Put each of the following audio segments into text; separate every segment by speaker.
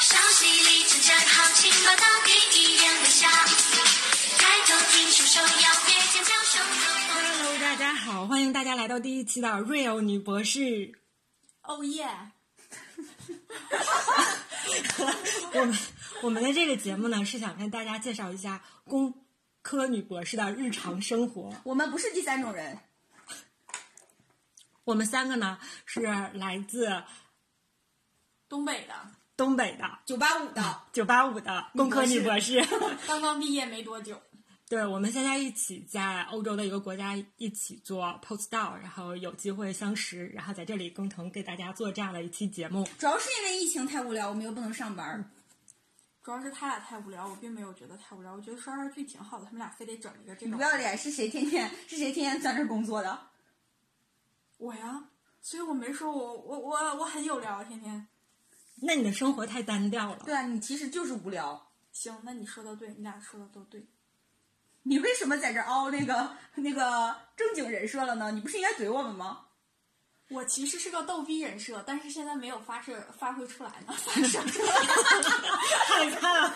Speaker 1: 犀利征战，豪情霸道，第一眼微笑。抬头挺胸收腰，别尖叫，胸口
Speaker 2: Hello，大家好，欢迎大家来到第一期的 Real 女博士。
Speaker 3: 哦耶！
Speaker 2: 我们我们的这个节目呢，是想跟大家介绍一下工科女博士的日常生活。
Speaker 3: 我们不是第三种人，
Speaker 2: 我们三个呢是来自
Speaker 4: 东北的，
Speaker 2: 东北的
Speaker 3: 九八五的，
Speaker 2: 九八五的工科女博士。
Speaker 4: 刚刚毕业没多久，
Speaker 2: 对，我们现在一起在欧洲的一个国家一起做 postdoc，然后有机会相识，然后在这里共同给大家做这样的一期节目。
Speaker 3: 主要是因为疫情太无聊，我们又不能上班儿。
Speaker 4: 主要是他俩太无聊，我并没有觉得太无聊，我觉得刷刷剧挺好的，他们俩非得整一个这
Speaker 3: 你
Speaker 4: 种
Speaker 3: 不。要脸，是谁天天 是谁天天在这儿工作的？
Speaker 4: 我呀，所以我没说我我我我很有聊，啊天天。
Speaker 2: 那你的生活太单调了。
Speaker 3: 对啊，你其实就是无聊。
Speaker 4: 行，那你说的对，你俩说的都对。
Speaker 3: 你为什么在这儿凹那个 那个正经人设了呢？你不是应该怼我们吗？
Speaker 4: 我其实是个逗逼人设，但是现在没有发射发挥出来呢，发射出来。
Speaker 2: 害怕。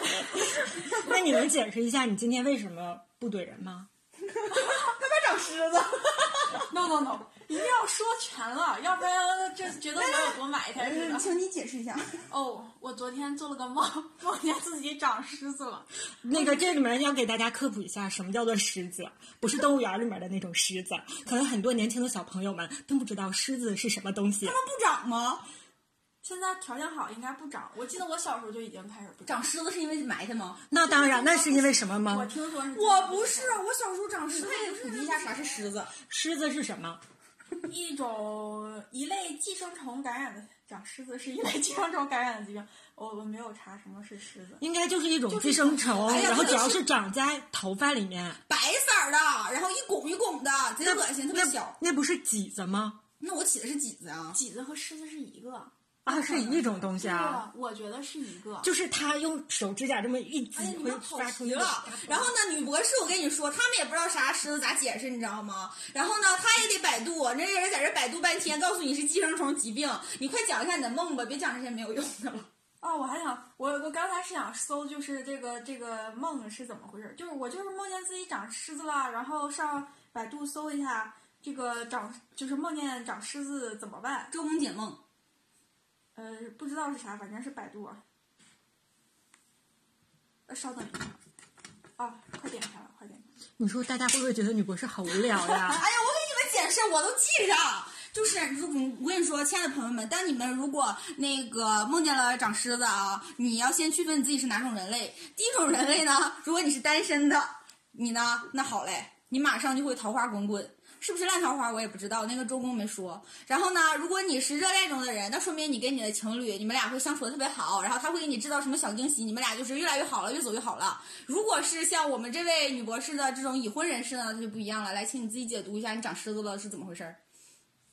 Speaker 2: 那你能解释一下你今天为什么不怼人吗？
Speaker 3: 他妈长虱子！
Speaker 4: no no no，一定要说全了，要不然这觉得我有多埋汰似的。
Speaker 3: 哎请你解释一下。
Speaker 4: 哦，我昨天做了个梦，梦见自己长虱子了。
Speaker 2: 那个这里面要给大家科普一下，什么叫做狮子？不是动物园里面的那种狮子，啊可能很多年轻的小朋友们并不知道狮子是什么东西。
Speaker 3: 不长吗？
Speaker 4: 现在条件好，应该不长。我记得我小时候就已经开始不长。
Speaker 3: 长虱子是因为埋汰吗？
Speaker 2: 那当然，那是因为什么
Speaker 4: 我
Speaker 2: 吗？
Speaker 4: 听说是，
Speaker 3: 我不是，我小时候长虱子。普及一下啥是虱子？
Speaker 2: 狮子是什么？
Speaker 4: 一种一类寄生虫感染的，讲虱子是一类寄生虫感染的疾病。 我我没有查什么是虱子，
Speaker 2: 应该就是一种寄生虫，
Speaker 3: 哎呀
Speaker 2: 然后主
Speaker 3: 这个
Speaker 2: 要
Speaker 3: 是
Speaker 2: 是长在头发里面。
Speaker 3: 白色儿的，然后一拱一拱的，贼恶心，特别
Speaker 2: 那
Speaker 3: 小。
Speaker 2: 那不是几子吗？
Speaker 3: 那我起的是几子啊？
Speaker 4: 几子和虱子是一个。
Speaker 2: 啊，是一种东西啊，
Speaker 4: 对，我觉得是一个。
Speaker 2: 就是它用手指甲这么一挤
Speaker 3: 哎呀，你
Speaker 2: 会
Speaker 3: 们跑
Speaker 2: 发出
Speaker 3: 题
Speaker 2: 那个。
Speaker 3: 了。然后呢，女博士，我跟你说，他们也不知道啥狮子咋解释，你知道吗？然后呢，他也得百度，那些人在这百度半天，告诉你是寄生虫疾病。你快讲一下你的梦吧，别讲这些没有用的了。
Speaker 4: 啊、我还想，我我刚才是想搜，就是这个这个梦是怎么回事？就是我就是梦见自己长虱子了，然后上百度搜一下这个长，就是梦见长虱子怎么办？
Speaker 3: 周公解梦，
Speaker 4: 呃，不知道是啥，反正是百度啊。呃，稍等一下，啊，快点开了，快点开了。
Speaker 2: 你说大家会不会觉得女博士好无聊呀？
Speaker 3: 哎呀，我给你们解释，我都记上。就是，如果我跟你说，亲爱的朋友们，当你们如果那个梦见了长虱子啊，你要先区分你自己是哪种人类。第一种人类呢，如果你是单身的，你呢，那好嘞，你马上就会桃花滚滚。是不是烂桃花我也不知道，那个周公没说。然后呢，如果你是热恋中的人，那说明你跟你的情侣，你们俩会相处的特别好，然后他会给你制造什么小惊喜，你们俩就是越来越好了，越走越好了。如果是像我们这位女博士的这种已婚人士呢，那就不一样了。来，请你自己解读一下，你长虱子了是怎么回事儿？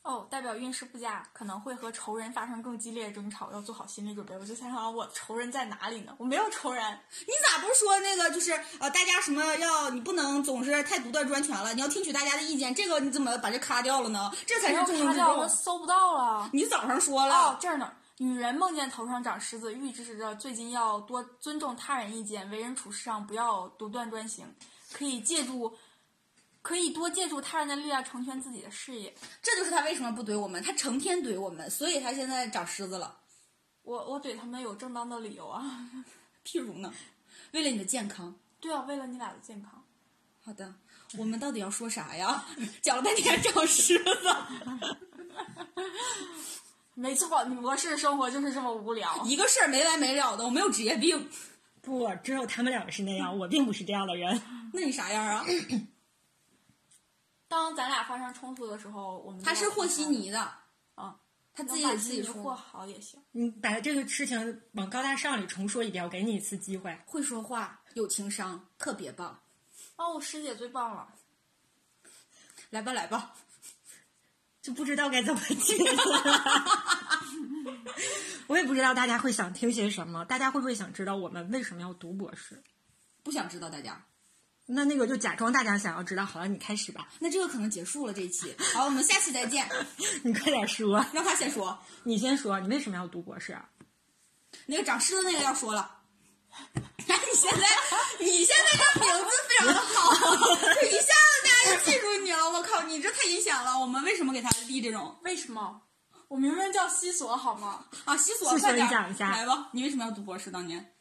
Speaker 4: 哦，代表运势不佳，可能会和仇人发生更激烈的争吵，要做好心理准备。我就想想我仇人在哪里呢？我没有仇人，
Speaker 3: 你咋不是说那个就是呃，大家什么要你不能总是太独断专权了，你要听取大家的意见，这个你怎么把这咔掉了呢？这
Speaker 4: 没
Speaker 3: 才是啊嗯
Speaker 4: 有
Speaker 3: 重中
Speaker 4: 查
Speaker 3: 之
Speaker 4: 掉，我
Speaker 3: 重。
Speaker 4: 搜不到了。
Speaker 3: 你早上说了，
Speaker 4: 哦，这儿呢。女人梦见头上长虱子，预示着最近要多尊重他人意见，为人处事上不要独断专行，可以借助，可以多借助他人的力量成全自己的事业。
Speaker 3: 这就是他为什么不怼我们，他成天怼我们，所以他现在长虱子了。
Speaker 4: 我我怼他们有正当的理由啊。
Speaker 3: 譬如呢，为了你的健康。
Speaker 4: 对啊，为了你俩的健康。
Speaker 3: 好的，我们到底要说啥呀？ 讲了半天长虱子，
Speaker 4: 没错，女博士生活就是这么无聊。
Speaker 3: 一个事儿没完没了的，我没有职业病，
Speaker 2: 不，只有他们两个是那样，我并不是这样的人。
Speaker 3: 那你啥样啊？
Speaker 4: 当咱俩发生冲突的时候，我们
Speaker 3: 他是和稀泥的，
Speaker 4: 啊，
Speaker 3: 他
Speaker 4: 能
Speaker 3: 自己
Speaker 4: 把
Speaker 3: 给自己
Speaker 4: 泥和
Speaker 3: 说，
Speaker 4: 好也行。
Speaker 2: 你把这个事情往高大上里重说一遍，我给你一次机会。
Speaker 3: 会说话，有情商，特别棒。
Speaker 4: 哦，我师姐最棒了。
Speaker 3: 来吧，来吧，
Speaker 2: 就不知道该怎么接了。 我也不知道大家会想听些什么，大家会不会想知道我们为什么要读博士？
Speaker 3: 不想知道大家。
Speaker 2: 那那个就假装大家想要知道，好了，你开始吧，
Speaker 3: 那这个可能结束了这一期，好，我们下期再见。
Speaker 2: 你快点说，
Speaker 3: 让他先说，
Speaker 2: 你先说，你为什么要读博士啊？
Speaker 3: 那个长虱子那个要说了。 哎，你现在你现在这名字非常的好，就一下子大家就记住你了。我靠，你这太阴险了！我们为什么给他立这种
Speaker 4: 为什么？我明明叫西索好吗？
Speaker 3: 啊？西索，
Speaker 2: 西索
Speaker 3: 快点
Speaker 2: 你讲一下
Speaker 3: 来吧。你为什么要读博士？当年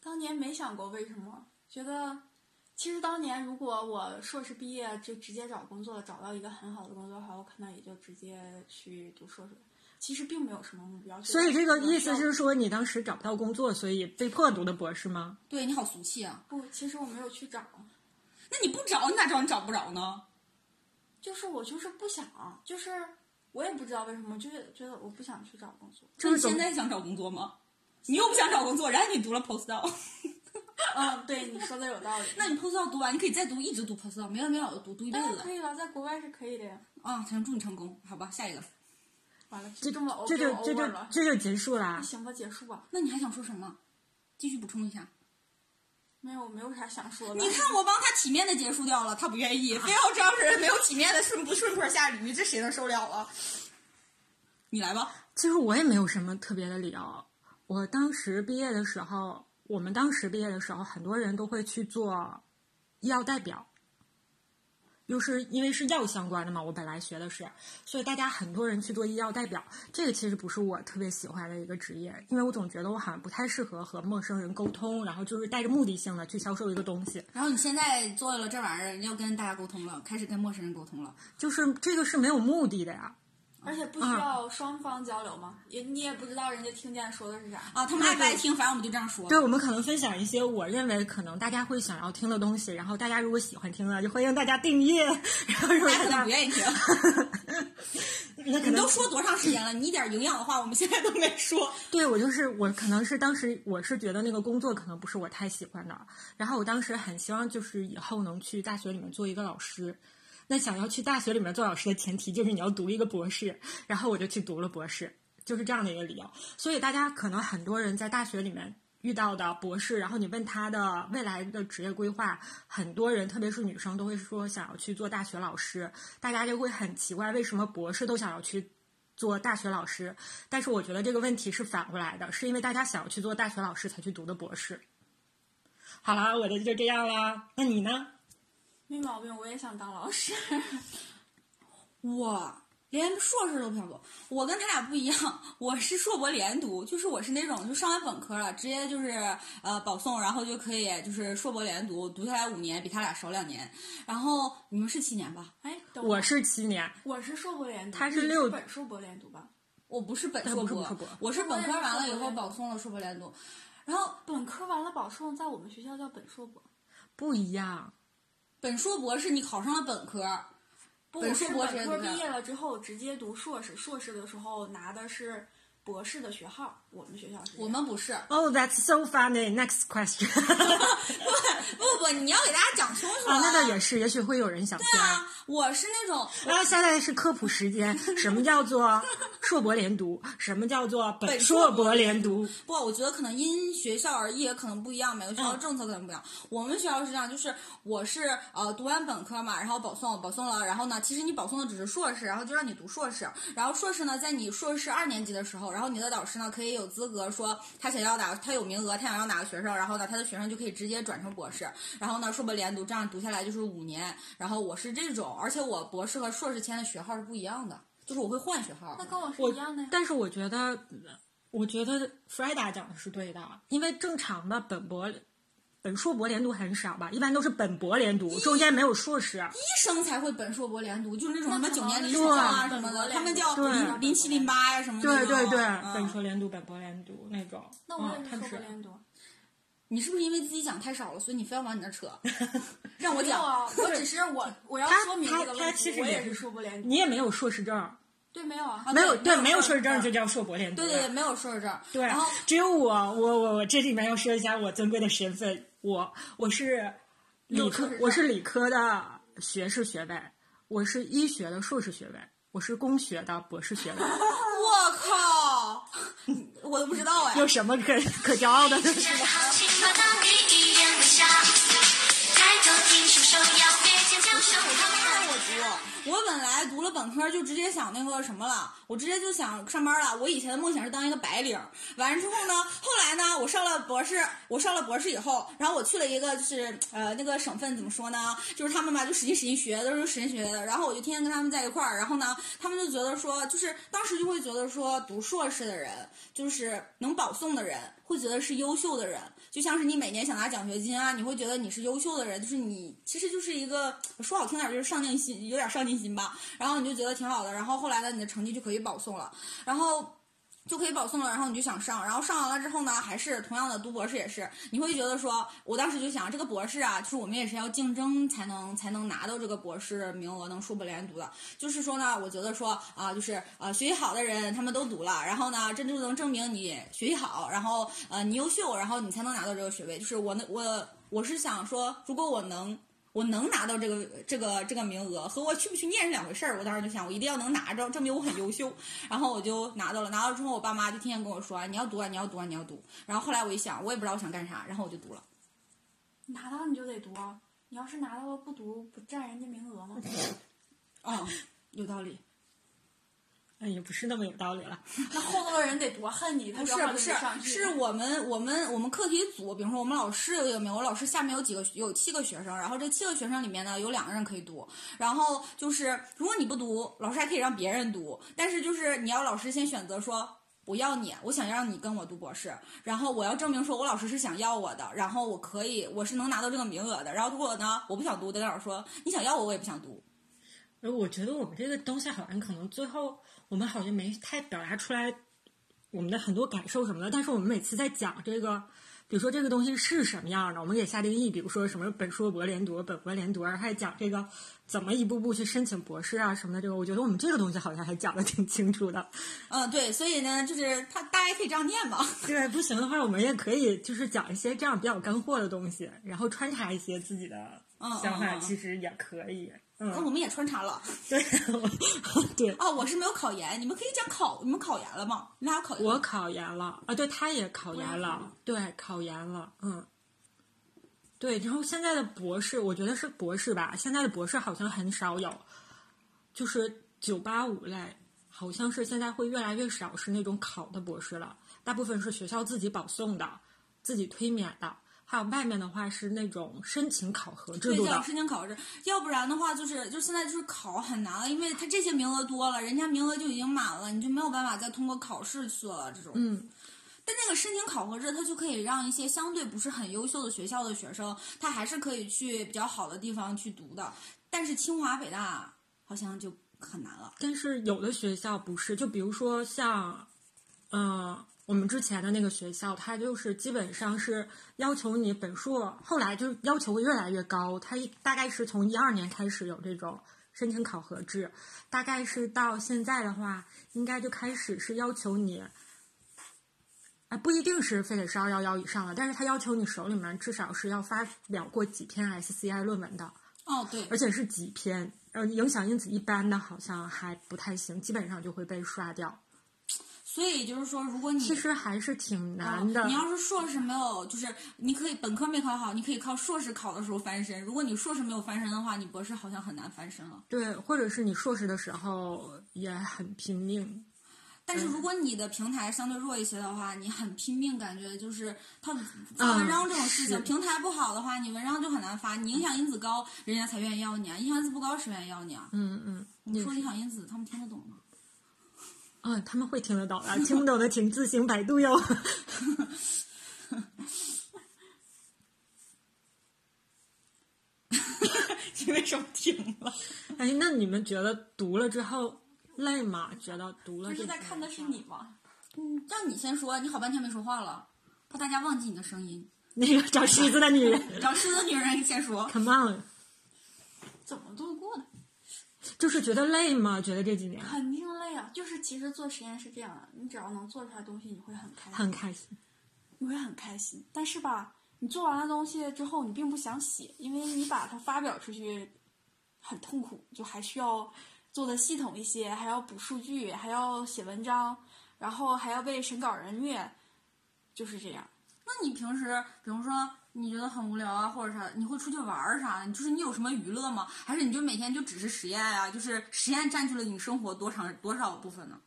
Speaker 4: 当年没想过为什么，觉得其实当年如果我硕士毕业就直接找工作，找到一个很好的工作的话，我可能也就直接去读硕士。其实并没有什么目标，
Speaker 2: 所以这个意思
Speaker 4: 就是
Speaker 2: 说，你当时找不到工作，所以被迫读的博士吗？
Speaker 3: 对你好俗气啊！
Speaker 4: 不，其实我没有去找，
Speaker 3: 那你不找你咋找你找不着呢？
Speaker 4: 就是我就是不想，就是我也不知道为什么，就是觉得我不想去找工作。
Speaker 2: 这是
Speaker 3: 那你
Speaker 2: 怎
Speaker 3: 现
Speaker 2: 么？
Speaker 3: 在想找工作吗？你又不想找工作，然后你读了 postdoc，
Speaker 4: 嗯，对，你说的有道理。
Speaker 3: 那你 postdoc 读完，你可以再读，一直读 postdoc，没完没了的读，读一辈
Speaker 2: 哎
Speaker 4: 当然
Speaker 3: 子
Speaker 4: 可以了，在国外是可以的呀。
Speaker 3: 啊！行，祝你成功，好吧，下一个。
Speaker 4: 完了，
Speaker 2: 这
Speaker 4: 这么 over
Speaker 2: 这就这就
Speaker 4: over 了，
Speaker 2: 这就结束啦
Speaker 4: 那。行吧，结束吧。
Speaker 3: 那你还想说什么？继续补充一下。
Speaker 4: 没有，没有啥想说的。
Speaker 3: 你看我帮他体面的结束掉了，他不愿 意，非要这样式儿没有体面的顺不顺坡下驴，这谁能受了啊？你来吧，
Speaker 2: 其实我也没有什么特别的理由。我当时毕业的时候，我们当时毕业的时候，很多人都会去做医药代表，又是因为是药相关的嘛，我本来学的是，所以大家很多人去做医药代表。这个其实不是我特别喜欢的一个职业，因为我总觉得我好像不太适合和陌生人沟通，然后就是带着目的性的去销售一个东西。
Speaker 3: 然后你现在做了这玩意儿，要跟大家沟通了，开始跟陌生人沟通了。
Speaker 2: 就是这个是没有目的的呀。
Speaker 4: 而且不需
Speaker 2: 嗯
Speaker 4: 要双方交流嘛，也你也不知道人家听见说的是啥。
Speaker 3: 啊，他们爱不爱听，反正我们就这样说。
Speaker 2: 对，我们可能分享一些我认为可能大家会想要听的东西，然后大家如果喜欢听的，就欢迎大家订阅。 然后如果
Speaker 3: 大家可能
Speaker 2: 大
Speaker 3: 哎不
Speaker 2: 家
Speaker 3: 愿 意听。
Speaker 2: 那可
Speaker 3: 你
Speaker 2: 能
Speaker 3: 都说多长时间了？你一点营养的话，我们现在都没说。
Speaker 2: 对我就是我，可能是当时我是觉得那个工作可能不是我太喜欢的，然后我当时很希望就是以后能去大学里面做一个老师。那想要去大学里面做老师的前提就是你要读一个博士，然后我就去读了博士，就是这样的一个理由。所以大家可能很多人在大学里面遇到的博士，然后你问他的未来的职业规划，很多人特别是女生都会说想要去做大学老师，大家就会很奇怪为什么博士都想要去做大学老师，但是我觉得这个问题是反过来的，是因为大家想要去做大学老师才去读的博士。好啦，我的就这样啦。那你呢？
Speaker 4: 没毛病，我也想当老师。
Speaker 3: 我连硕士都不想读，我跟他俩不一样，我是硕博连读，就是我是那种就上完本科了，直接就是呃保送，然后就可以就是硕博连读，读下来五年，比他俩少两年。然后你们是七年吧？
Speaker 4: 哎，等会儿
Speaker 2: 我是七年，
Speaker 4: 我是硕博连读，
Speaker 2: 他是
Speaker 4: 你
Speaker 2: 六
Speaker 4: 本硕博连读吧？
Speaker 3: 我不是本
Speaker 2: 对
Speaker 3: 硕
Speaker 2: 呃不是
Speaker 3: 博，
Speaker 2: 不是博
Speaker 3: 我是本科完了
Speaker 4: 我
Speaker 3: 以
Speaker 4: 也是硕博
Speaker 3: 后
Speaker 4: 连读
Speaker 3: 保送了硕博连读，然后
Speaker 4: 本科完了保送，在我们学校叫本硕博。
Speaker 2: 不一样。
Speaker 3: 本硕博是你考上了本科，
Speaker 4: 不，
Speaker 3: 本
Speaker 4: 我
Speaker 3: 硕
Speaker 4: 是
Speaker 3: 博
Speaker 4: 本
Speaker 3: 直接
Speaker 4: 科
Speaker 3: 读的
Speaker 4: 毕业了之后直接读硕士，硕士的时候拿的是博士的学号。我们学校是这样
Speaker 3: 我们不是。
Speaker 2: Oh, that's so funny. Next question.
Speaker 3: 不不不，你要给大家讲清楚
Speaker 2: 啊，那倒
Speaker 3: 啊
Speaker 2: 也是，也许会有人想听。
Speaker 3: 啊，我是那种
Speaker 2: 然后现在是科普时间，什么叫做硕博连读？什么叫做本
Speaker 3: 本硕
Speaker 2: 硕
Speaker 3: 博
Speaker 2: 博连读？
Speaker 3: 不，我觉得可能因学校而异，也可能不一样，每个学校的政策可能不一样。我们学校是这样，就是我是呃读完本科嘛，然后保送，保送了，然后呢，其实你保送的只是硕士，然后就让你读硕士，然后硕士呢，在你硕士二年级的时候，然后你的导师呢可以有资格说他想要哪，他有名额，他想要哪个学生，然后呢，他的学生就可以直接转成博士，然后呢，硕博连读，这样读下来就是五年。然后我是这种，而且我博士和硕士签的学号是不一样的，就是我会换学号
Speaker 4: 那。跟我是
Speaker 2: 我
Speaker 4: 一样的呀。
Speaker 2: 但是我觉得，我觉得 Freda 讲的是对的，因为正常的本博、本硕博连读很少吧，一般都是本博连读，中间没有硕士。
Speaker 3: 医生才会本硕博连读，就是那种什么
Speaker 4: 那可能
Speaker 3: 九年临
Speaker 4: 对
Speaker 3: 床啊什
Speaker 4: 本
Speaker 3: 么
Speaker 4: 博
Speaker 3: 的，
Speaker 4: 连
Speaker 3: 他们
Speaker 4: 读
Speaker 3: 叫
Speaker 2: 对
Speaker 3: 零零七零八呀什么的
Speaker 2: 对
Speaker 3: 那种。
Speaker 2: 对对，
Speaker 3: 嗯
Speaker 2: 本硕连读、本博连读那种。
Speaker 4: 哦那我也
Speaker 2: 嗯他
Speaker 4: 是硕
Speaker 2: 们
Speaker 4: 博
Speaker 2: 是
Speaker 4: 连读。
Speaker 3: 你是不是因为自己讲太少了，所以你非要往你那 儿扯？让我
Speaker 4: 没有
Speaker 3: 讲，
Speaker 4: 啊，我只是我我要
Speaker 2: 他
Speaker 4: 说明
Speaker 2: 他
Speaker 4: 这个
Speaker 2: 他
Speaker 4: 问
Speaker 2: 其
Speaker 4: 题，
Speaker 2: 实
Speaker 4: 我
Speaker 2: 也
Speaker 4: 也
Speaker 2: 是
Speaker 4: 是硕博连读。
Speaker 2: 你也没有硕士证，
Speaker 4: 对，没有嗯啊。
Speaker 2: 没有
Speaker 3: 对
Speaker 2: 对，
Speaker 3: 没
Speaker 2: 没
Speaker 3: 有
Speaker 2: 有硕士证
Speaker 3: 硕士
Speaker 2: 就叫硕博连读
Speaker 3: 对
Speaker 2: 了。
Speaker 3: 对对，没有硕士证。
Speaker 2: 对，
Speaker 3: 然后
Speaker 2: 只有我，我我我这里面要说一下我尊贵的身份，我我是理科
Speaker 4: 硕士，证
Speaker 2: 我是理科的学士学位，我是医学的硕士学位，我是工学的博士 学位，
Speaker 3: 我靠， 我都不知道哎。
Speaker 2: 有什么可可骄傲的 呢？
Speaker 1: 请把大地一点微笑，抬头挺胸，手要别尖叫，手
Speaker 3: 他
Speaker 1: 要
Speaker 3: 们让我读，我本来读了本科就直接想那个什么了，我直接就想上班了。我以前的梦想是当一个白领儿，完了之后呢，后来呢，我上了博士，我上了博士以后，然后我去了一个就是呃那个省份怎么说呢，就是他们吧就使劲使劲学，都是使劲学的。然后我就天天跟他们在一块儿，然后呢，他们就觉得说，就是当时就会觉得说，读硕士的人就是能保送的人，会觉得是优秀的人，就像是你每年想拿奖学金啊，你会觉得你是优秀的人，就是你其实就是一个说好听点儿就是上进心，有点上进心吧。然后你就觉得挺好的，然后后来呢，你的成绩就可以保送了，然后。就可以保送了，然后你就想上，然后上完了之后呢，还是同样的读博士也是，你会觉得说，我当时就想这个博士啊，就是我们也是要竞争才能才能拿到这个博士名额，能硕博连读的。就是说呢，我觉得说啊、就是呃学习好的人他们都读了，然后呢，这就能证明你学习好，然后呃你优秀，然后你才能拿到这个学位。就是我那我我是想说，如果我能我能拿到这个这个这个名额，和我去不去念是两回事儿。我当时就想，我一定要能拿着，证明我很优秀。然后我就拿到了，拿到之后，我爸妈就天天跟我说，你要读啊，你要读啊，你要读。然后后来我一想，我也不知道我想干啥，然后我就读了。
Speaker 4: 拿到你就得读啊，你要是拿到了不读，不占人家名额吗？
Speaker 3: 嗯， 有道理。
Speaker 2: 哎，也不是那么有道理了。
Speaker 4: 那后头的人得多恨你，他
Speaker 3: 不是
Speaker 4: 正好
Speaker 3: 不
Speaker 4: 就是没上，去
Speaker 3: 是我们我们我们课题组，比如说我们老师有一个名，我老师下面有几个有七个学生，然后这七个学生里面呢有两个人可以读，然后就是如果你不读，老师还可以让别人读，但是就是你要老师先选择说。我要你，我想让你跟我读博士，然后我要证明说我老师是想要我的，然后我可以，我是能拿到这个名额的。然后如果呢，我不想读，我得跟老师说你想要我，我也不想读。
Speaker 2: 而我觉得我们这个东西好像可能最后我们好像没太表达出来我们的很多感受什么的，但是我们每次在讲这个，比如说这个东西是什么样的，我们给下定义，比如说什么本硕博连读、本博连读，然后还讲这个怎么一步步去申请博士啊什么的，这个我觉得我们这个东西好像还讲的挺清楚的。
Speaker 3: 嗯，对，所以呢，就是他大家也可以这样念吧。
Speaker 2: 对，不行的话，我们也可以就是讲一些这样比较干货的东西，然后穿插一些自己的
Speaker 3: 嗯嗯
Speaker 2: 想法，
Speaker 3: 嗯哦
Speaker 2: 其实也可以。
Speaker 3: 那、
Speaker 2: 嗯，
Speaker 3: 我们也穿插了。
Speaker 2: 对， 对，
Speaker 3: 哦，我是没有考研，你们可以讲考，你们考研了吗？你俩有考研吗？
Speaker 2: 我考研了啊，对，他也考研了，对，考研了，嗯，对，然后现在的博士，我觉得是博士吧，现在的博士好像很少有，就是九八五类，好像是现在会越来越少是那种考的博士了，大部分是学校自己保送的，自己推免的，还有外面的话是那种申请考核制
Speaker 3: 对，
Speaker 2: 度
Speaker 3: 这样
Speaker 2: 的，
Speaker 3: 申请考试，要不然的话就是就现在就是考很难了，因为他这些名额多了，人家名额就已经满了，你就没有办法再通过考试去了这种。
Speaker 2: 嗯，
Speaker 3: 但那个申请考核制，它就可以让一些相对不是很优秀的学校的学生，他还是可以去比较好的地方去读的。但是清华北大好像就很难了。
Speaker 2: 但是有的学校不是，就比如说像，嗯，我们之前的那个学校，它就是基本上是要求你本硕，后来就要求越来越高，它一大概是从一二年开始有这种申请考核制，大概是到现在的话，应该就开始是要求你。啊，不一定是非得是二幺幺以上了，但是它要求你手里面至少是要发表过几篇 SCI 论文的。
Speaker 3: 哦，对，
Speaker 2: 而且是几篇，呃，影响因子一般的好像还不太行，基本上就会被刷掉。
Speaker 3: 所以就是说，如果你
Speaker 2: 其实还是
Speaker 4: 嗯
Speaker 2: 挺
Speaker 3: 啊
Speaker 4: 哦
Speaker 2: 难的。
Speaker 3: 你要是硕士没有，就是你可以本科没考好，你可以靠硕士考的时候翻身。如果你硕士没有翻身的话，你博士好像很难翻身了。
Speaker 2: 对，或者是你硕士的时候也很拼命。
Speaker 3: 但是如果你的平台相对弱一些的话，你很拼命，感觉就是他发文章这种事情，
Speaker 2: 是
Speaker 3: 平台不好的话，你文章就很难发。你影响因子高，人家才愿意要你啊；影响因子不高，谁愿意要你啊？
Speaker 2: 嗯嗯，
Speaker 3: 你
Speaker 2: 也
Speaker 3: 说
Speaker 2: 是
Speaker 3: 影响因子，他们听得懂 吗？
Speaker 2: 嗯，他们会听得懂的，听不懂的请自行百度哟。
Speaker 3: 你为什么停了？
Speaker 2: 哎，那你们觉得读了之后累吗？觉得读了
Speaker 4: 不
Speaker 2: 这
Speaker 4: 是
Speaker 2: 个
Speaker 4: 在看的是你吗？
Speaker 3: 嗯，让你先说，你好半天没说话了，怕大家忘记你的声音。
Speaker 2: 那个找狮子的女人
Speaker 3: 找狮子女人先说，
Speaker 2: ，Come on，
Speaker 4: 怎么度过的？
Speaker 2: 就是觉得累吗？觉得这几年
Speaker 4: 肯定累啊！就是其实做实验是这样的，你只要能做出来东西，你会很开心，
Speaker 2: 很开心。
Speaker 4: 你会很开心。但是吧，你做完了东西之后，你并不想写，因为你把它发表出去很痛苦，就还需要做的系统一些，还要补数据，还要写文章，然后还要被审稿人虐，就是这样。
Speaker 3: 那你平时，比如说你觉得很无聊啊，或者啥，你会出去玩儿啥的？你就是你有什么娱乐吗？还是你就每天就只是实验啊？就是实验占据了你生活多长多少部分呢？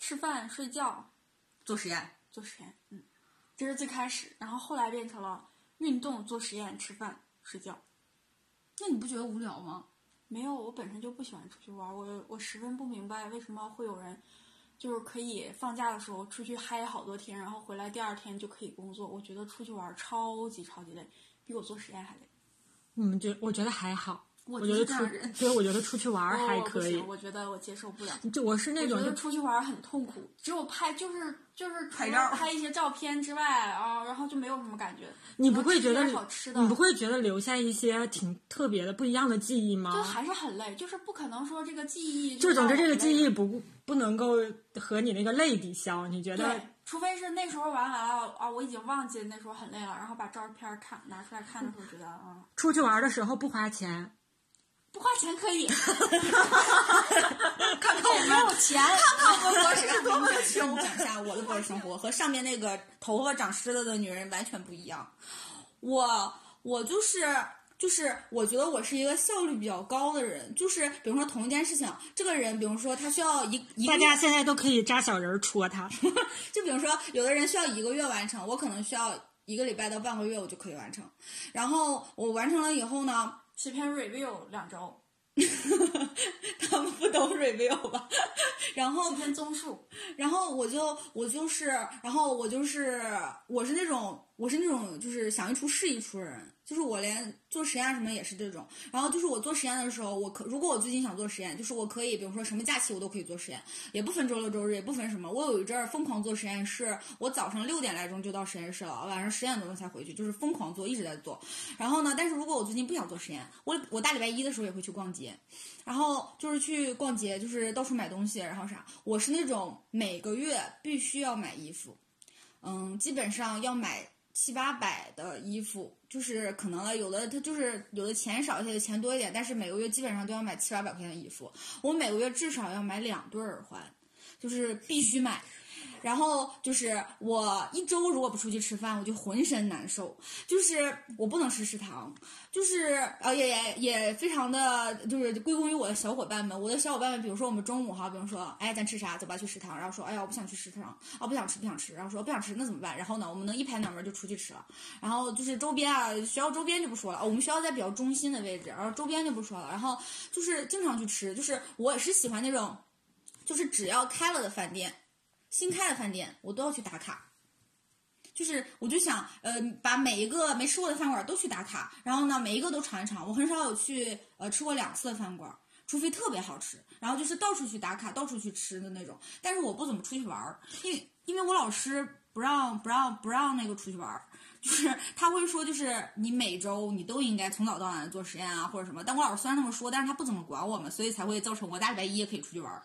Speaker 4: 吃饭、睡觉、
Speaker 3: 做实验，
Speaker 4: 做实验，嗯，这是最开始，然后后来变成了运动、做实验、吃饭、睡觉。
Speaker 3: 那你不觉得无聊吗？
Speaker 4: 没有，我本身就不喜欢出去玩儿，我我十分不明白为什么会有人，就是可以放假的时候出去嗨好多天，然后回来第二天就可以工作。我觉得出去玩儿超级超级累，比我做实验还累。
Speaker 2: 你们觉我觉得还好，
Speaker 3: 我
Speaker 2: 我
Speaker 3: 就
Speaker 2: 觉得
Speaker 3: 是这
Speaker 2: 出
Speaker 3: 样人
Speaker 2: 对，我觉得出去玩儿
Speaker 4: 我
Speaker 2: 还
Speaker 4: 哦我不
Speaker 2: 可以
Speaker 4: 行，。我觉得我接受不了。
Speaker 2: 就我是那种
Speaker 4: 我觉
Speaker 2: 就
Speaker 4: 得出去玩儿很痛苦，只有拍就是就是除
Speaker 3: 拍
Speaker 4: 了
Speaker 3: 照儿
Speaker 4: 拍一些照片之外啊，然后就没有什么感觉。
Speaker 2: 你不会觉得
Speaker 4: 然后吃
Speaker 2: 你
Speaker 4: 点好吃的，
Speaker 2: 你不会觉得留下一些挺特别的不一样的记忆吗？
Speaker 4: 就还是很累，就是不可能说这个记忆
Speaker 2: 就总之这个
Speaker 4: 让我累
Speaker 2: 记忆不不能够和你那个累抵消，你觉
Speaker 4: 对
Speaker 2: 得？，
Speaker 4: 除非是那时候玩完了啊，我已经忘记那时候很累了，然后把照片看拿出来看的时候，觉得啊、嗯
Speaker 2: 出去玩的时候不花钱，
Speaker 4: 不花钱可以，
Speaker 3: 看看我
Speaker 4: 没有钱，
Speaker 3: 我博士是多么的穷！讲一下我的博士生活和上面那个头发长虱子的女人完全不一样。我我就是就是，我觉得我是一个效率比较高的人，就是比如说同一件事情，这个人，比如说他需要一一个
Speaker 2: 大
Speaker 3: 月
Speaker 2: 家现在都可以扎小人儿戳他。
Speaker 3: 就比如说，有的人需要一个月完成，我可能需要一个礼拜到半个月，我就可以完成。然后我完成了以后呢，
Speaker 4: 十篇 review 两周，
Speaker 3: 他们不懂 review 吧？然后
Speaker 4: 十篇综述，
Speaker 3: 然后我就我就是，然后我就是我是那种我是那种就是想一出是一出的人，就是我连做实验什么也是这种。然后就是我做实验的时候，我可如果我最近想做实验，就是我可以，比如说什么假期我都可以做实验，也不分周六周日，也不分什么。我有一阵儿疯狂做实验室，我早上六点来钟就到实验室了，晚上十点多钟才回去，就是疯狂做，一直在做。然后呢，但是如果我最近不想做实验，我我大礼拜一的时候也会去逛街，然后就是去逛街，就是到处买东西，然后啥。我是那种每个月必须要买衣服，嗯，基本上要买七八百的衣服，就是可能了，有的他就是有的钱少一些，有的钱多一点，但是每个月基本上都要买七八百块钱的衣服。我每个月至少要买两对耳环，就是必须买。然后就是我一周如果不出去吃饭，我就浑身难受，就是我不能吃食堂，就是呃也也也非常的就是归功于我的小伙伴们，我的小伙伴们，比如说我们中午哈，比如说哎咱吃啥，走吧去食堂，然后说哎呀我不想去食堂，啊不想吃不想吃，然后说不想吃那怎么办？然后呢我们能一拍脑门就出去吃了，然后就是周边啊学校周边就不说了，我们学校在比较中心的位置，然后周边就不说了，然后就是经常去吃，就是我也是喜欢那种，就是只要开了的饭店。新开的饭店，我都要去打卡。就是我就想，呃，把每一个没吃过的饭馆都去打卡，然后呢，每一个都尝一尝。我很少有去呃吃过两次的饭馆，除非特别好吃，然后就是到处去打卡，到处去吃的那种。但是我不怎么出去玩儿，因为因为我老师不让不让不让那个出去玩儿。就是他会说，就是你每周你都应该从早到晚做实验啊，或者什么。但我老师虽然这么说，但是他不怎么管我们，所以才会造成我大礼拜一也可以出去玩儿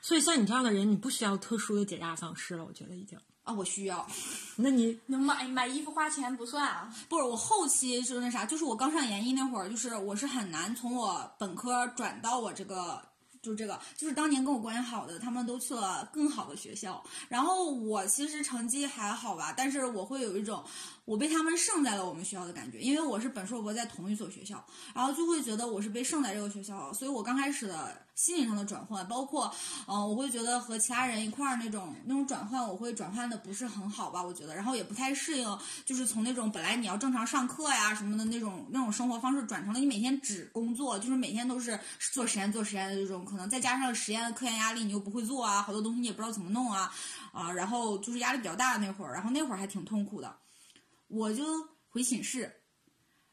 Speaker 2: 所以像你这样的人，你不需要特殊的解压方式了，我觉得已经。
Speaker 3: 啊。我需要，
Speaker 2: 那你
Speaker 4: 能买买衣服花钱不算 啊，
Speaker 3: 不是我后期是那啥，就是我刚上研一那会儿，就是我是很难从我本科转到我这个。就是这个，就是当年跟我关系好的，他们都去了更好的学校。然后我其实成绩还好吧，但是我会有一种我被他们剩在了我们学校的感觉，因为我是本硕博在同一所学校，然后就会觉得我是被剩在这个学校了。所以我刚开始的心理上的转换，包括嗯、呃我会觉得和其他人一块儿那种那种转换，我会转换的不是很好吧，我觉得，然后也不太适应，就是从那种本来你要正常上课呀什么的那种那种生活方式，转成了你每天只工作，就是每天都是做实验做实验的这种，可能再加上实验的科研压力，你又不会做啊，好多东西你也不知道怎么弄啊，啊，然后就是压力比较大那会儿，然后那会儿还挺痛苦的，我就回寝室，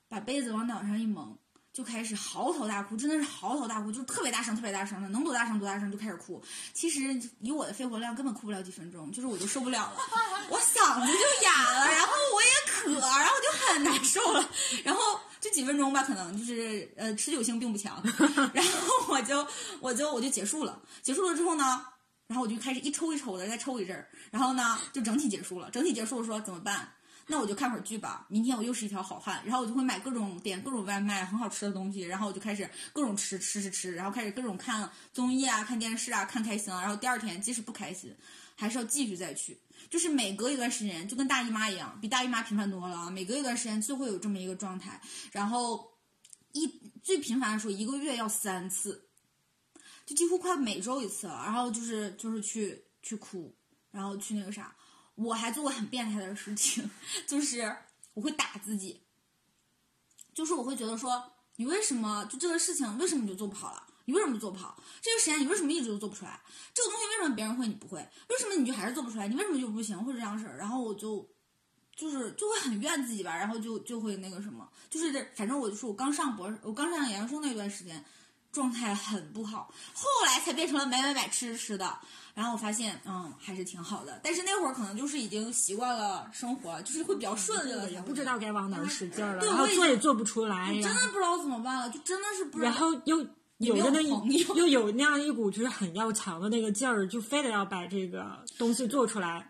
Speaker 3: 把被子往脑上一蒙，就开始嚎啕大哭，真的是嚎啕大哭，就是特别大声、特别大声的，能多大声多大声就开始哭。其实以我的肺活量，根本哭不了几分钟，就是我就受不了了，我嗓子就哑了，然后我也渴，然后就很难受了，然后就几分钟吧，可能就是呃持久性并不强，然后我就我就我就结束了，结束了之后呢。然后我就开始一抽一抽的，再抽一阵儿，然后呢，就整体结束了。整体结束说怎么办？那我就看会儿剧吧，明天我又是一条好汉。然后我就会买各种点各种外卖，很好吃的东西，然后我就开始各种吃吃吃吃，然后开始各种看综艺啊、看电视啊、看开心啊。然后第二天即使不开心，还是要继续再去。就是每隔一段时间，就跟大姨妈一样，比大姨妈频繁多了啊。每隔一段时间就会有这么一个状态，然后一最频繁的时候，一个月要三次，就几乎快每周一次了。然后就是就是去去哭，然后去那个啥，我还做过很变态的事情， 就是我会打自己，就是我会觉得说，你为什么就这个事情为什么你就做不好了？你为什么做不好？这个实验你为什么一直都做不出来？这个东西为什么别人会你不会？为什么你就还是做不出来？你为什么就不行？或者这样式儿？然后我就就是就会很怨自己吧，然后就就会那个什么，就是这反正我就说我刚上博士，我刚上研究生那段时间状态很不好，后来才变成了买买买吃吃吃的。然后我发现，嗯，还是挺好的。但是那会儿可能就是已经习惯了生活，就是会比较顺溜了，也
Speaker 2: 不知道该往哪儿使劲儿了，
Speaker 3: 对
Speaker 2: 然后
Speaker 3: 我已
Speaker 2: 做也
Speaker 3: 经
Speaker 2: 做不出来，
Speaker 3: 真
Speaker 2: 然
Speaker 3: 的
Speaker 2: 后
Speaker 3: 不知道怎么办了，就真的是不知道。
Speaker 2: 哎然后又有的那
Speaker 3: 没有朋
Speaker 2: 又
Speaker 3: 友
Speaker 2: 有那样一股就是很要强的那个劲儿，就非得要把这个东西做出来，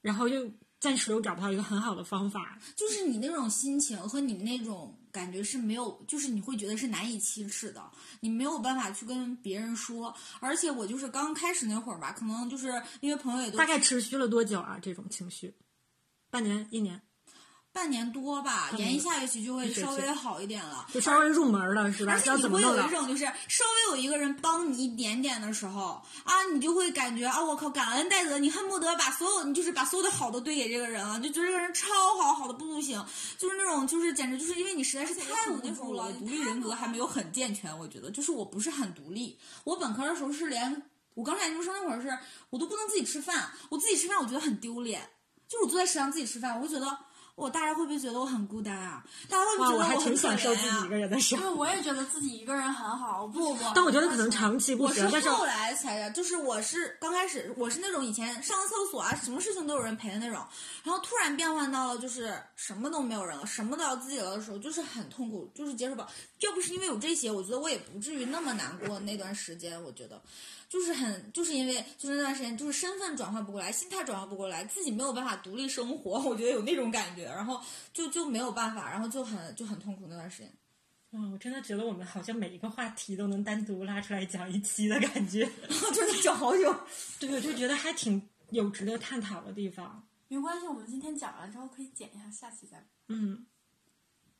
Speaker 2: 然后又暂时又找不到一个很好的方法，
Speaker 3: 就是你那种心情和你那种感觉是没有，就是你会觉得是难以启齿的，你没有办法去跟别人说。而且我就是刚开始那会儿吧，可能就是因为朋友也都
Speaker 2: 大概持续了多久啊？这种情绪，半年、一年，
Speaker 3: 半年多吧，
Speaker 2: 嗯
Speaker 3: 研一下学期就会
Speaker 2: 学期
Speaker 3: 稍微好一点了。
Speaker 2: 就稍微入门了，是吧？
Speaker 3: 而
Speaker 2: 知
Speaker 3: 且
Speaker 2: 道
Speaker 3: 你
Speaker 2: 怎么
Speaker 3: 会
Speaker 2: 弄
Speaker 3: 有一
Speaker 2: 了。
Speaker 3: 种就是稍微有一个人帮你一点点的时候啊，你就会感觉啊，我靠，感恩戴德，你恨不得把所有你就是把所有的好都堆给这个人了，就觉得这个人超好，好的不行，就是那种就是简直就是因为你实在是太无助了，
Speaker 4: 我
Speaker 3: 你
Speaker 4: 独立
Speaker 3: 太
Speaker 4: 人
Speaker 3: 无
Speaker 4: 格
Speaker 3: 助
Speaker 4: 还没
Speaker 3: 有很健全，我觉得就是我不是很独立，我本科的时候是连我刚上研究生那会儿是我都不能自己吃饭，我自己吃饭我觉得很丢脸，就是我坐在食堂自己吃饭，我会觉得。我大家会不会觉得我很孤单啊？大家会不会
Speaker 2: 哇，
Speaker 3: 觉得
Speaker 2: 我还
Speaker 3: 很
Speaker 2: 挺享受
Speaker 3: 可
Speaker 2: 自
Speaker 3: 怜啊
Speaker 2: 己一个人的时
Speaker 4: 因
Speaker 2: 候，
Speaker 4: 为我也觉得自己一个人很好，我不
Speaker 3: 不不，
Speaker 2: 但我觉得可能长期不
Speaker 3: 我
Speaker 2: 行，但是
Speaker 3: 是后来才，就是我是刚开始，我是那种以前上个厕所啊，什么事情都有人陪的那种，然后突然变换到了就是什么都没有人了，什么都要自己了的时候，就是很痛苦，就是接受不了。要不是因为有这些，我觉得我也不至于那么难过。那段时间，我觉得就是很，就是因为就是那段时间，就是身份转换不过来，心态转换不过来，自己没有办法独立生活，我觉得有那种感觉，然后就就没有办法，然后就很就很痛苦那段时间。
Speaker 2: 哇，我真的觉得我们好像每一个话题都能单独拉出来讲一期的感觉。
Speaker 3: 真的讲好久，
Speaker 2: 对，我就觉得还挺有值得探讨的地方。
Speaker 4: 没关系。我们今天讲完之后可以剪一下，下期再
Speaker 2: 嗯，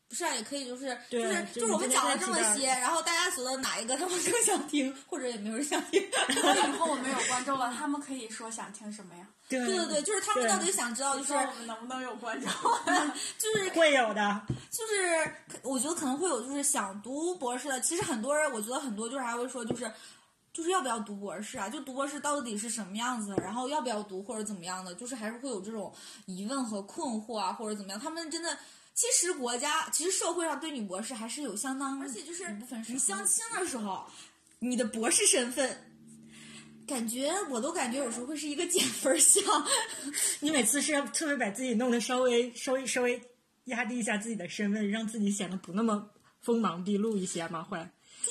Speaker 3: 不是啊，也可以，就是
Speaker 2: 对
Speaker 3: 就是
Speaker 2: 就是
Speaker 3: 就是我们
Speaker 2: 你
Speaker 3: 讲了
Speaker 2: 这
Speaker 3: 这
Speaker 2: 个
Speaker 3: 么
Speaker 2: 在
Speaker 3: 些，然后大家觉得哪一个他们更想听，或者也没有人想 听。
Speaker 4: 所以以后我们有观众了，他们可以说想听什么呀？
Speaker 2: 对
Speaker 3: 对对对，就是他们
Speaker 2: 对
Speaker 3: 到底想知道，就是
Speaker 4: 说我们能不能有观 众？嗯
Speaker 3: 就是
Speaker 2: 会有的。
Speaker 3: 就是，我觉得可能会有就是想读博士的。其实很多人，我觉得很多就是还会说就是。就是要不要读博士啊？就读博士到底是什么样子？然后要不要读或者怎么样的？就是还是会有这种疑问和困惑啊，或者怎么样？他们真的，其实国家，其实社会上对女博士还是有相当，而且就是部分你相亲的时候，你的博士身份，感觉我都感觉有时候会是一个减分项。
Speaker 2: 你每次是要特别把自己弄得稍微稍微稍微压低一下自己的身份，让自己显得不那么锋芒毕露一些吗？会。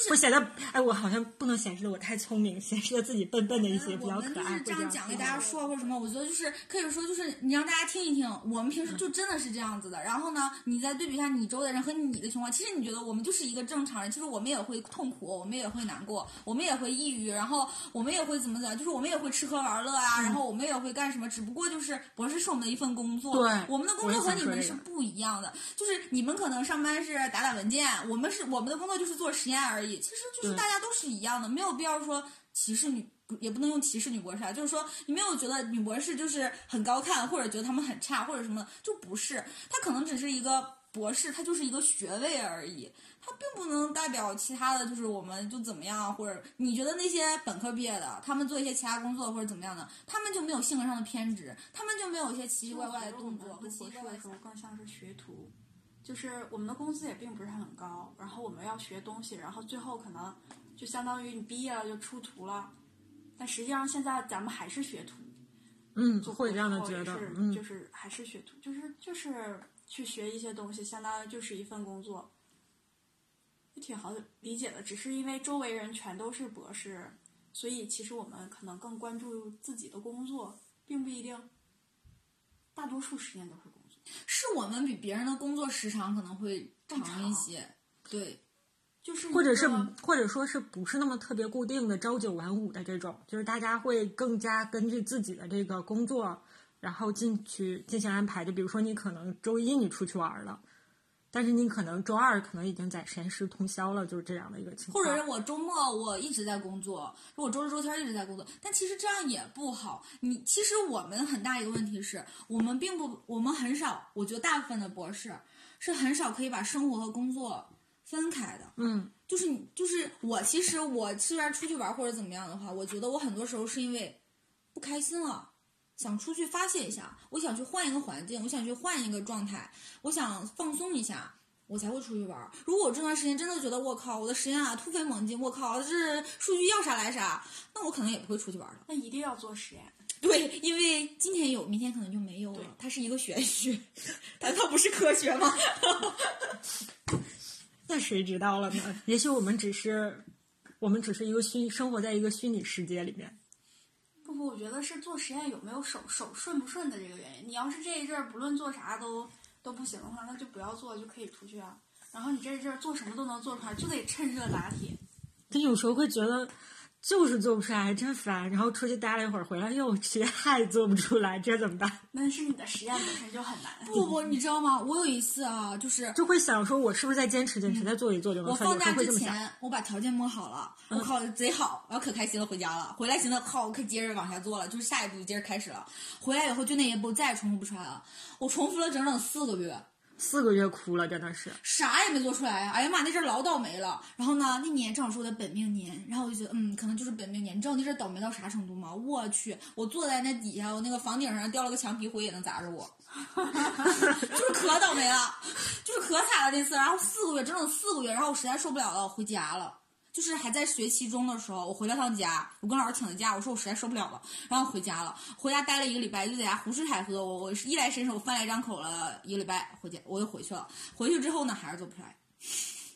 Speaker 2: 我显得，哎，我好像不能显示的我太聪明，显示的自己笨笨的一些比
Speaker 3: 嗯我
Speaker 2: 较可
Speaker 3: 们就
Speaker 2: 爱。会
Speaker 3: 是这样讲给大家
Speaker 2: 子
Speaker 3: 说或者什么，我觉得就是可以说就是你让大家听一听，我们平时就真的是这样子的。然后呢，你再对比一下你周围的人和你的情况，其实你觉得我们就是一个正常人，其实我们也会痛苦，我们也会难过，我们也会抑郁，然后我们也会怎么怎么样，就是我们也会吃喝玩乐
Speaker 2: 嗯
Speaker 3: 啊，然后我们也会干什么，只不过就是博士是我们的一份工作，
Speaker 2: 对
Speaker 3: 我们的工
Speaker 2: 我也
Speaker 3: 作和
Speaker 2: 想
Speaker 3: 你
Speaker 2: 说
Speaker 3: 们
Speaker 2: 这
Speaker 3: 是
Speaker 2: 个
Speaker 3: 不一样的，就是你们可能上班是打打文件，我们是我们的工作就是做实验而已，其实就是
Speaker 2: 对
Speaker 3: 大家都是一样的，没有必要说歧视女，也不能用歧视女博士啊，就是说你没有觉得女博士就是很高看，或者觉得她们很差，或者什么，就不是，她可能只是一个博士，她就是一个学位而已，它并不能代表其他的，就是我们就怎么样，或者你觉得那些本科毕业的，他们做一些其他工作或者怎么样的，他们就没有性格上的偏执，他们就没有一些奇奇怪怪的动作和
Speaker 4: 读
Speaker 3: 奇
Speaker 4: 博
Speaker 3: 奇
Speaker 4: 士
Speaker 3: 怪怪
Speaker 4: 的时
Speaker 3: 的想
Speaker 4: 候
Speaker 3: 法。
Speaker 4: 更像是学徒，就是我们的工资也并不是很高，然后我们要学东西，然后最后可能就相当于你毕业了就出徒了，但实际上现在咱们还是学徒，
Speaker 2: 嗯，
Speaker 4: 做
Speaker 2: 会这样的
Speaker 4: 博士
Speaker 2: 觉
Speaker 4: 后
Speaker 2: 得
Speaker 4: 也是，
Speaker 2: 嗯，
Speaker 4: 就是还是学徒，就是就是去学一些东西，相当于就是一份工作，也挺好理解的。只是因为周围人全都是博士，所以其实我们可能更关注自己的工作，并不一定，大多数时间都是工作。
Speaker 3: 是我们比别人的工作时长可能会长一些，对，
Speaker 4: 就是
Speaker 2: 或者
Speaker 4: 一
Speaker 2: 是
Speaker 4: 个
Speaker 2: 或者说是不是那么特别固定的朝九晚五的这种，就是大家会更加根据自己的这个工作，然后进去进行安排。就比如说你可能周一你出去玩了，但是你可能周二可能已经在实验室通宵了，就是这样的一个情
Speaker 3: 或
Speaker 2: 况。
Speaker 3: 者是我周末我一直在工作，我周六周天一直在工作，但其实这样也不好。你其实我们很大一个问题是我们并不，我们很少，我觉得大部分的博士是很少可以把生活和工作分开的。
Speaker 2: 嗯，
Speaker 3: 就是你，就是我，其实我虽然出去玩或者怎么样的话，我觉得我很多时候是因为不开心了，想出去发泄一下，我想去换一个环境，我想去换一个状态，我想放松一下。我才会出去玩儿。如果我这段时间真的觉得我靠，我的实验啊突飞猛进，我靠，这数据要啥来啥，那我可能也不会出去玩儿了。
Speaker 4: 那一定要做实验。
Speaker 3: 对，因为今天有，明天可能就没有
Speaker 4: 对
Speaker 3: 了。它是一个玄学， 它它不是科学吗？
Speaker 2: 那谁知道了呢？ 也许我们只是我们只是一个虚生活在一个虚拟世界里面。
Speaker 4: 不不，我觉得是做实验有没有手手顺不顺的这个原因。你要是这一阵儿不论做啥都都不行的话，那就不要做，就可以出去啊。然后你这一阵儿做什么都能做出来，就得趁热打铁。
Speaker 2: 但有时候会觉得就是做不出来，真烦。然后出去待了一会儿，回来又去，还做不出来，这怎么办？
Speaker 4: 那是你的实验本身就很难。
Speaker 3: 不不，你知道吗？我有一次啊，就是
Speaker 2: 就会想说，我是不是在坚持坚持，再做一做就
Speaker 3: 我
Speaker 2: 能出来？
Speaker 3: 放
Speaker 2: 有时
Speaker 3: 假
Speaker 2: 候会这么
Speaker 3: 之
Speaker 2: 想。嗯
Speaker 3: 前，我把条件摸好了，我考的贼好，然后可开心了，回家了。回来寻思，靠，我可以接着往下做了，就是下一步接着开始了。回来以后就那一步再也重复不出来了，我重复了整整四个月，
Speaker 2: 四个月哭了，真的是。
Speaker 3: 啥也没做出来呀、哎呀妈，那阵儿老倒霉了。然后呢，那年正好是我的本命年，然后我就觉得，嗯，可能就是本命年。你知道我那阵儿倒霉到啥程度吗？我去，我坐在那底下，我那个房顶上掉了个墙皮，灰也能砸着我。 就是可倒霉了，就是可惨了那次。然后四个月，整整四个月，然后我实在受不了了，我回家了。就是还在学期中的时候，我回了趟家，我跟老师请的假，我说我实在受不了了，然后回家了。回家待了一个礼拜，就在家胡吃海喝，我我是衣来伸手，饭来张口了一个礼拜，回家我又回去了。回去之后呢，还是做不出来，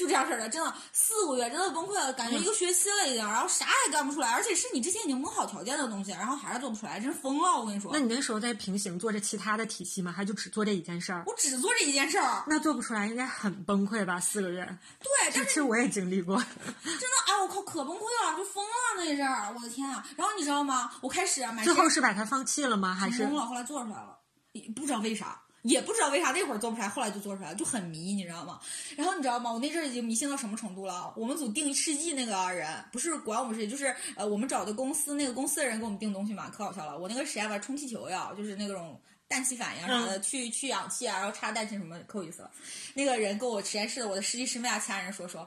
Speaker 3: 就这样式儿的，真的四个月真的崩溃了，感觉一个学期了已经，然后啥也干不出来，而且是你之前已经摸好条件的东西，然后还是做不出来，真疯了！我跟你说
Speaker 2: 那，你那时候在平行做着其他的体系吗？还就只做这一件事儿？
Speaker 3: 我只做这一件事儿，
Speaker 2: 那做不出来应该很崩溃吧？四个月，
Speaker 3: 对，但
Speaker 2: 这
Speaker 3: 是
Speaker 2: 这我也经历过。
Speaker 3: 真的，哎，我靠，可崩溃了，就疯了那一阵儿，我的天啊！然后你知道吗？我开始啊买
Speaker 2: 最后
Speaker 3: 这
Speaker 2: 是把它放弃了吗？还是
Speaker 3: 成功了，后来做出来了，也不知道为啥，也不知道为啥那会儿做不出来，后来就做出来了，就很迷，你知道吗？然后你知道吗？我那阵儿已经迷信到什么程度了？我们组定试剂那个人不是管我们谁，就是呃我们找的公司那个公司的人给我们定东西嘛，可搞笑了。我那个实验吧，充气球呀，就是那种。氮气反应啥
Speaker 2: 嗯
Speaker 3: 的，去去氧气啊，然后插氮气什么，可有意思了。那个人跟我实验室的我的实习师妹啊，其他人说说，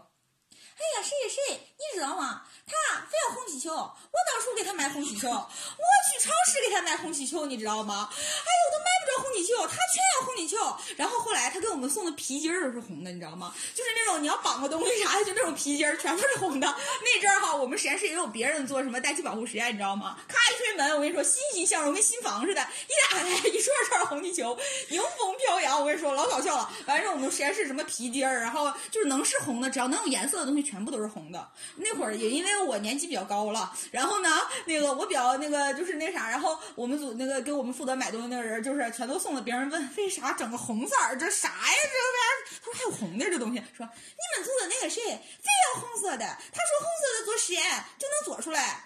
Speaker 3: 哎呀，谁谁谁，你知道吗？他非要红喜球，我当初给他买红喜球，我去超市给他买红喜球，你知道吗？哎呦，我都买不着红喜球，他全要红喜球。然后后来他给我们送的皮筋儿都是红的，你知道吗？就是那种你要绑个东西啥的，就那种皮筋儿全部是红的。那阵儿哈，我们实验室也有别人做什么氮气保护实验，你知道吗？咔一推门，我跟你说，欣欣向荣跟新房似的，一打开一串串红气球，迎风飘扬。我跟你说，老搞笑了。完事儿我们实验室什么皮筋儿，然后就是能是红的，只要能有颜色的东西，全部都是红的。那会儿也因为我年纪比较高了，然后呢，那个我比较那个就是那啥，然后我们组那个给我们负责买东西那个人，就是全都送了。别人问为啥整个红色儿，这啥呀？这玩意儿，他说还有红的这东西，说你们组的那个谁非要红色的，他说红色的做实验就能做出来。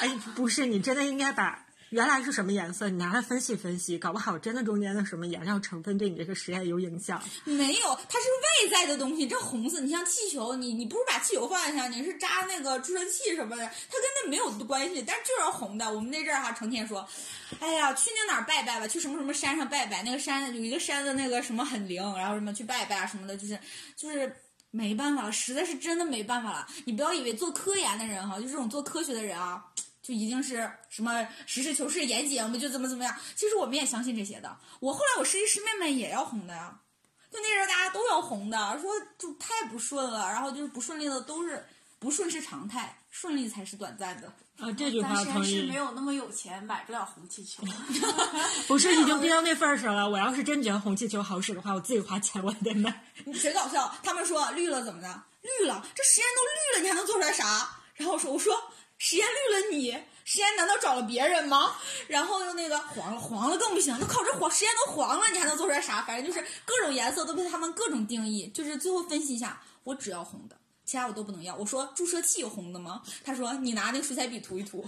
Speaker 2: 哎，不是，你真的应该把原来是什么颜色，你拿来分析分析，搞不好真的中间的什么颜料成分对你这个实验有影响。
Speaker 3: 没有，它是外在的东西。这红色，你像气球，你你不是把气球放在下，你是扎那个注射器什么的，它跟那没有关系。但是就是要红的。我们那阵儿哈，成天说，哎呀，去那哪儿拜拜吧，去什么什么山上拜拜。那个山有一个山的那个什么很灵，然后什么去拜拜啊什么的，就是就是。没办法了，实在是真的没办法了。你不要以为做科研的人哈，就这种做科学的人啊，就一定是什么实事求是、严谨，我们就怎么怎么样。其实我们也相信这些的。我后来我实习师妹妹也要红的呀、就那阵儿大家都要红的，说就太不顺了，然后就是不顺利的都是不顺是常态，顺利才是短暂的。
Speaker 2: 啊，这句
Speaker 4: 咱
Speaker 2: 话
Speaker 4: 实验
Speaker 2: 同
Speaker 4: 室
Speaker 2: 意
Speaker 4: 没。有那么有钱，买不了红气球。
Speaker 2: 不是已经逼到那份儿上了？我要是真觉得红气球好使的话，我自己花钱我也得买。
Speaker 3: 你谁搞笑？他们说绿了怎么的？绿了，这实验都绿了，你还能做出来啥？然后我说我说实验绿了你，石岩难道找了别人吗？然后又那个黄了，黄了更不行，都烤成黄，石岩都黄了，你还能做出来啥？反正就是各种颜色都被他们各种定义。就是最后分析一下，我只要红的，其他我都不能要。我说注射器有红的吗？他说你拿那个水彩笔涂一涂。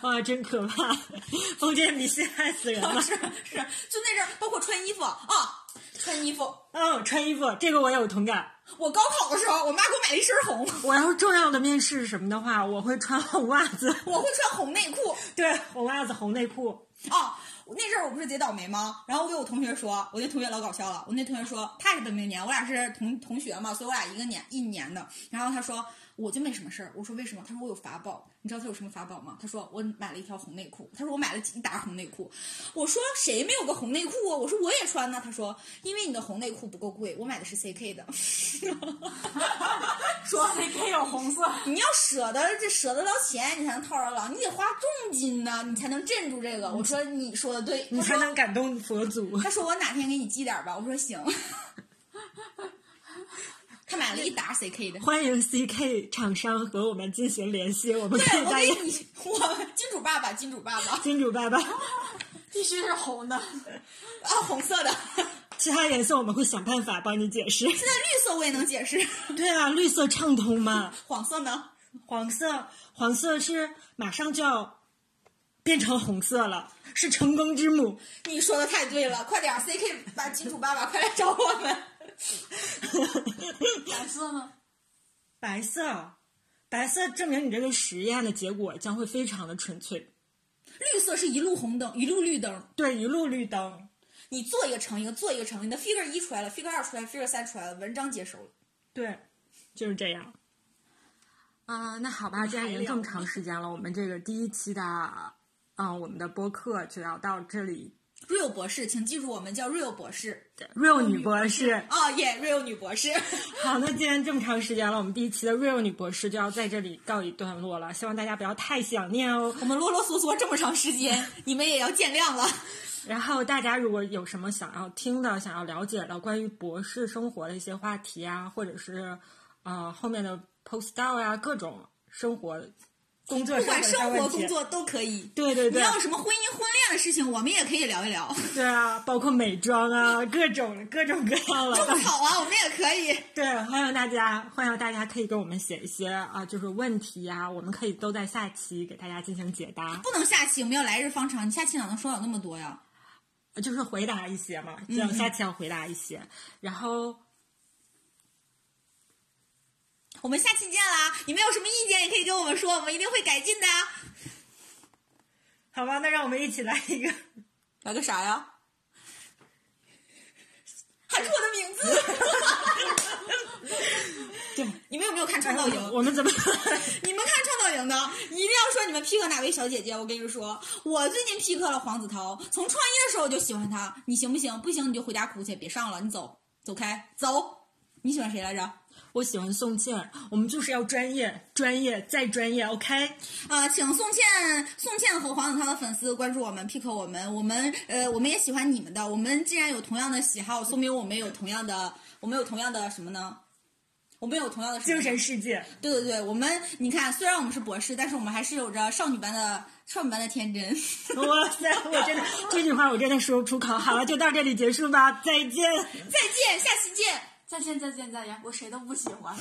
Speaker 2: 啊，真可怕！ 封建迷信害死人了。
Speaker 3: 是是，就那阵儿，包括穿衣服啊，穿衣服。
Speaker 2: 嗯，穿衣服这个我也有同感。
Speaker 3: 我高考的时候，我妈给我买了一身红，
Speaker 2: 我要是重要的面试什么的话，我会穿红袜子，
Speaker 3: 我会穿红内裤。
Speaker 2: 对，红袜子、红内裤。
Speaker 3: 哦，那阵儿我不是贼倒霉吗？然后我给我同学说，我那同学老搞笑了。我那同学说他也是本命年，我俩是同同学嘛，所以我俩一个年一年的。然后他说我就没什么事儿，我说为什么？他说我有法宝，你知道他有什么法宝吗？他说我买了一条红内裤，他说我买了一打红内裤。我说谁没有个红内裤啊？我说我也穿呢。他说因为你的红内裤不够贵，我买的是 CK 的。
Speaker 4: 说 CK 有红色，
Speaker 3: 你要舍得这舍得到钱，你才能套得牢，你得花重金呢，你才能镇住这个。我说你说的对，
Speaker 2: 你
Speaker 3: 他
Speaker 2: 才
Speaker 3: 说
Speaker 2: 能感动佛祖。
Speaker 3: 他说我哪天给你寄点儿吧，我说行。他买了一打 CK 的，
Speaker 2: 欢迎 CK 厂商和我们进行联系，我们可
Speaker 3: 对
Speaker 2: 以
Speaker 3: 我
Speaker 2: 在
Speaker 3: 给你，我金主爸爸，金主爸爸
Speaker 2: 金主爸爸，
Speaker 4: 必须是红的。
Speaker 3: 啊，红色的，现
Speaker 2: 其他颜色我们会想办法帮你解释。
Speaker 3: 在绿色我也能解释，
Speaker 2: 对啊，绿色畅通嘛，
Speaker 3: 黄色呢？
Speaker 2: 黄色黄色是马上就要变成红色了，是成功之母。
Speaker 3: 你说的太对了，快点儿 CK 把金主爸爸快来找我们。
Speaker 4: 白色呢？
Speaker 2: 白色，白色证明你这个实验的结果将会非常的纯粹。
Speaker 3: 绿色是一路红灯，一路绿灯，
Speaker 2: 对，一路绿灯。
Speaker 3: 你做一个成一个，做一个成一个。figure 一出来了，figure 二出来了，figure 三出来了，文章接收了。
Speaker 2: 对，就是这样。啊、那好吧，既然已经这么长时间了，我们这个第一期的，嗯、我们的播客就要到这里。
Speaker 3: Real 博士，请记住我们叫 Real 博士
Speaker 2: real 女博士，
Speaker 3: 哦耶、r e a l 女博士。
Speaker 2: 好，那既然这么长时间了，我们第一期的 real 女博士就要在这里告一段落了。希望大家不要太想念哦。
Speaker 3: 我们啰啰嗦嗦这么长时 间，你们也要见谅了。
Speaker 2: 然后大家如果有什么想要听的、想要了解的关于博士生活的一些话题啊，或者是呃后面的 postdoc 呀、各种生活、工作
Speaker 3: 不
Speaker 2: 上
Speaker 3: 管
Speaker 2: 的
Speaker 3: 生
Speaker 2: 问
Speaker 3: 活、
Speaker 2: 题
Speaker 3: 工，作都可以。
Speaker 2: 对对
Speaker 3: 你
Speaker 2: 对，
Speaker 3: 要有什么婚姻、婚恋的事情，我们也可以聊一聊。
Speaker 2: 对啊，包括美妆啊，各种各种各样了。
Speaker 3: 种草啊，我们也可以。
Speaker 2: 对，欢迎大家，欢迎大家可以给我们写一些啊、就是问题呀、我们可以都在下期给大家进行解答，
Speaker 3: 不能下期，我们要来日方长。你下期哪能说了那么多呀？
Speaker 2: 呃就是回答一些嘛，这样下期要回答一些，然后。
Speaker 3: 我们下期见啦！你们有什么意见也可以跟我们说，我们一定会改进的。
Speaker 2: 好吧，那让我们一起来一个
Speaker 3: 来个啥呀？喊出我的名字！
Speaker 2: 对，
Speaker 3: 你们有没有看《创造营》？
Speaker 2: 我们怎么
Speaker 3: 你们看《创造营》呢，一定要说你们 pick 哪位小姐姐。我跟你们说，我最近 pick 了黄子韬，从创一的时候我就喜欢她。你行不行？不行你就回家哭去，别上了，你走，走开，走。你喜欢谁来着？
Speaker 2: 我喜欢宋茜，我们就是要专业、专业再专业，OK？
Speaker 3: 啊，请宋茜、宋茜和黄子韬的粉丝关注我们，pick 我们，我们呃，我们也喜欢你们的。我们既然有同样的喜好，说明我们有同样的，我们有同样的什么呢？我们有同样的什
Speaker 2: 精
Speaker 3: 么
Speaker 2: 神世界，
Speaker 3: 对对对，我们你看，虽然我们是博士，但是我们还是有着少女般的少女般的天真。
Speaker 2: 哇塞，我真的这句话我真的说不出口。好了，就到这里结束吧，再见。
Speaker 3: 再见，下期见。
Speaker 4: 再见，再见，再见！我谁都不喜欢。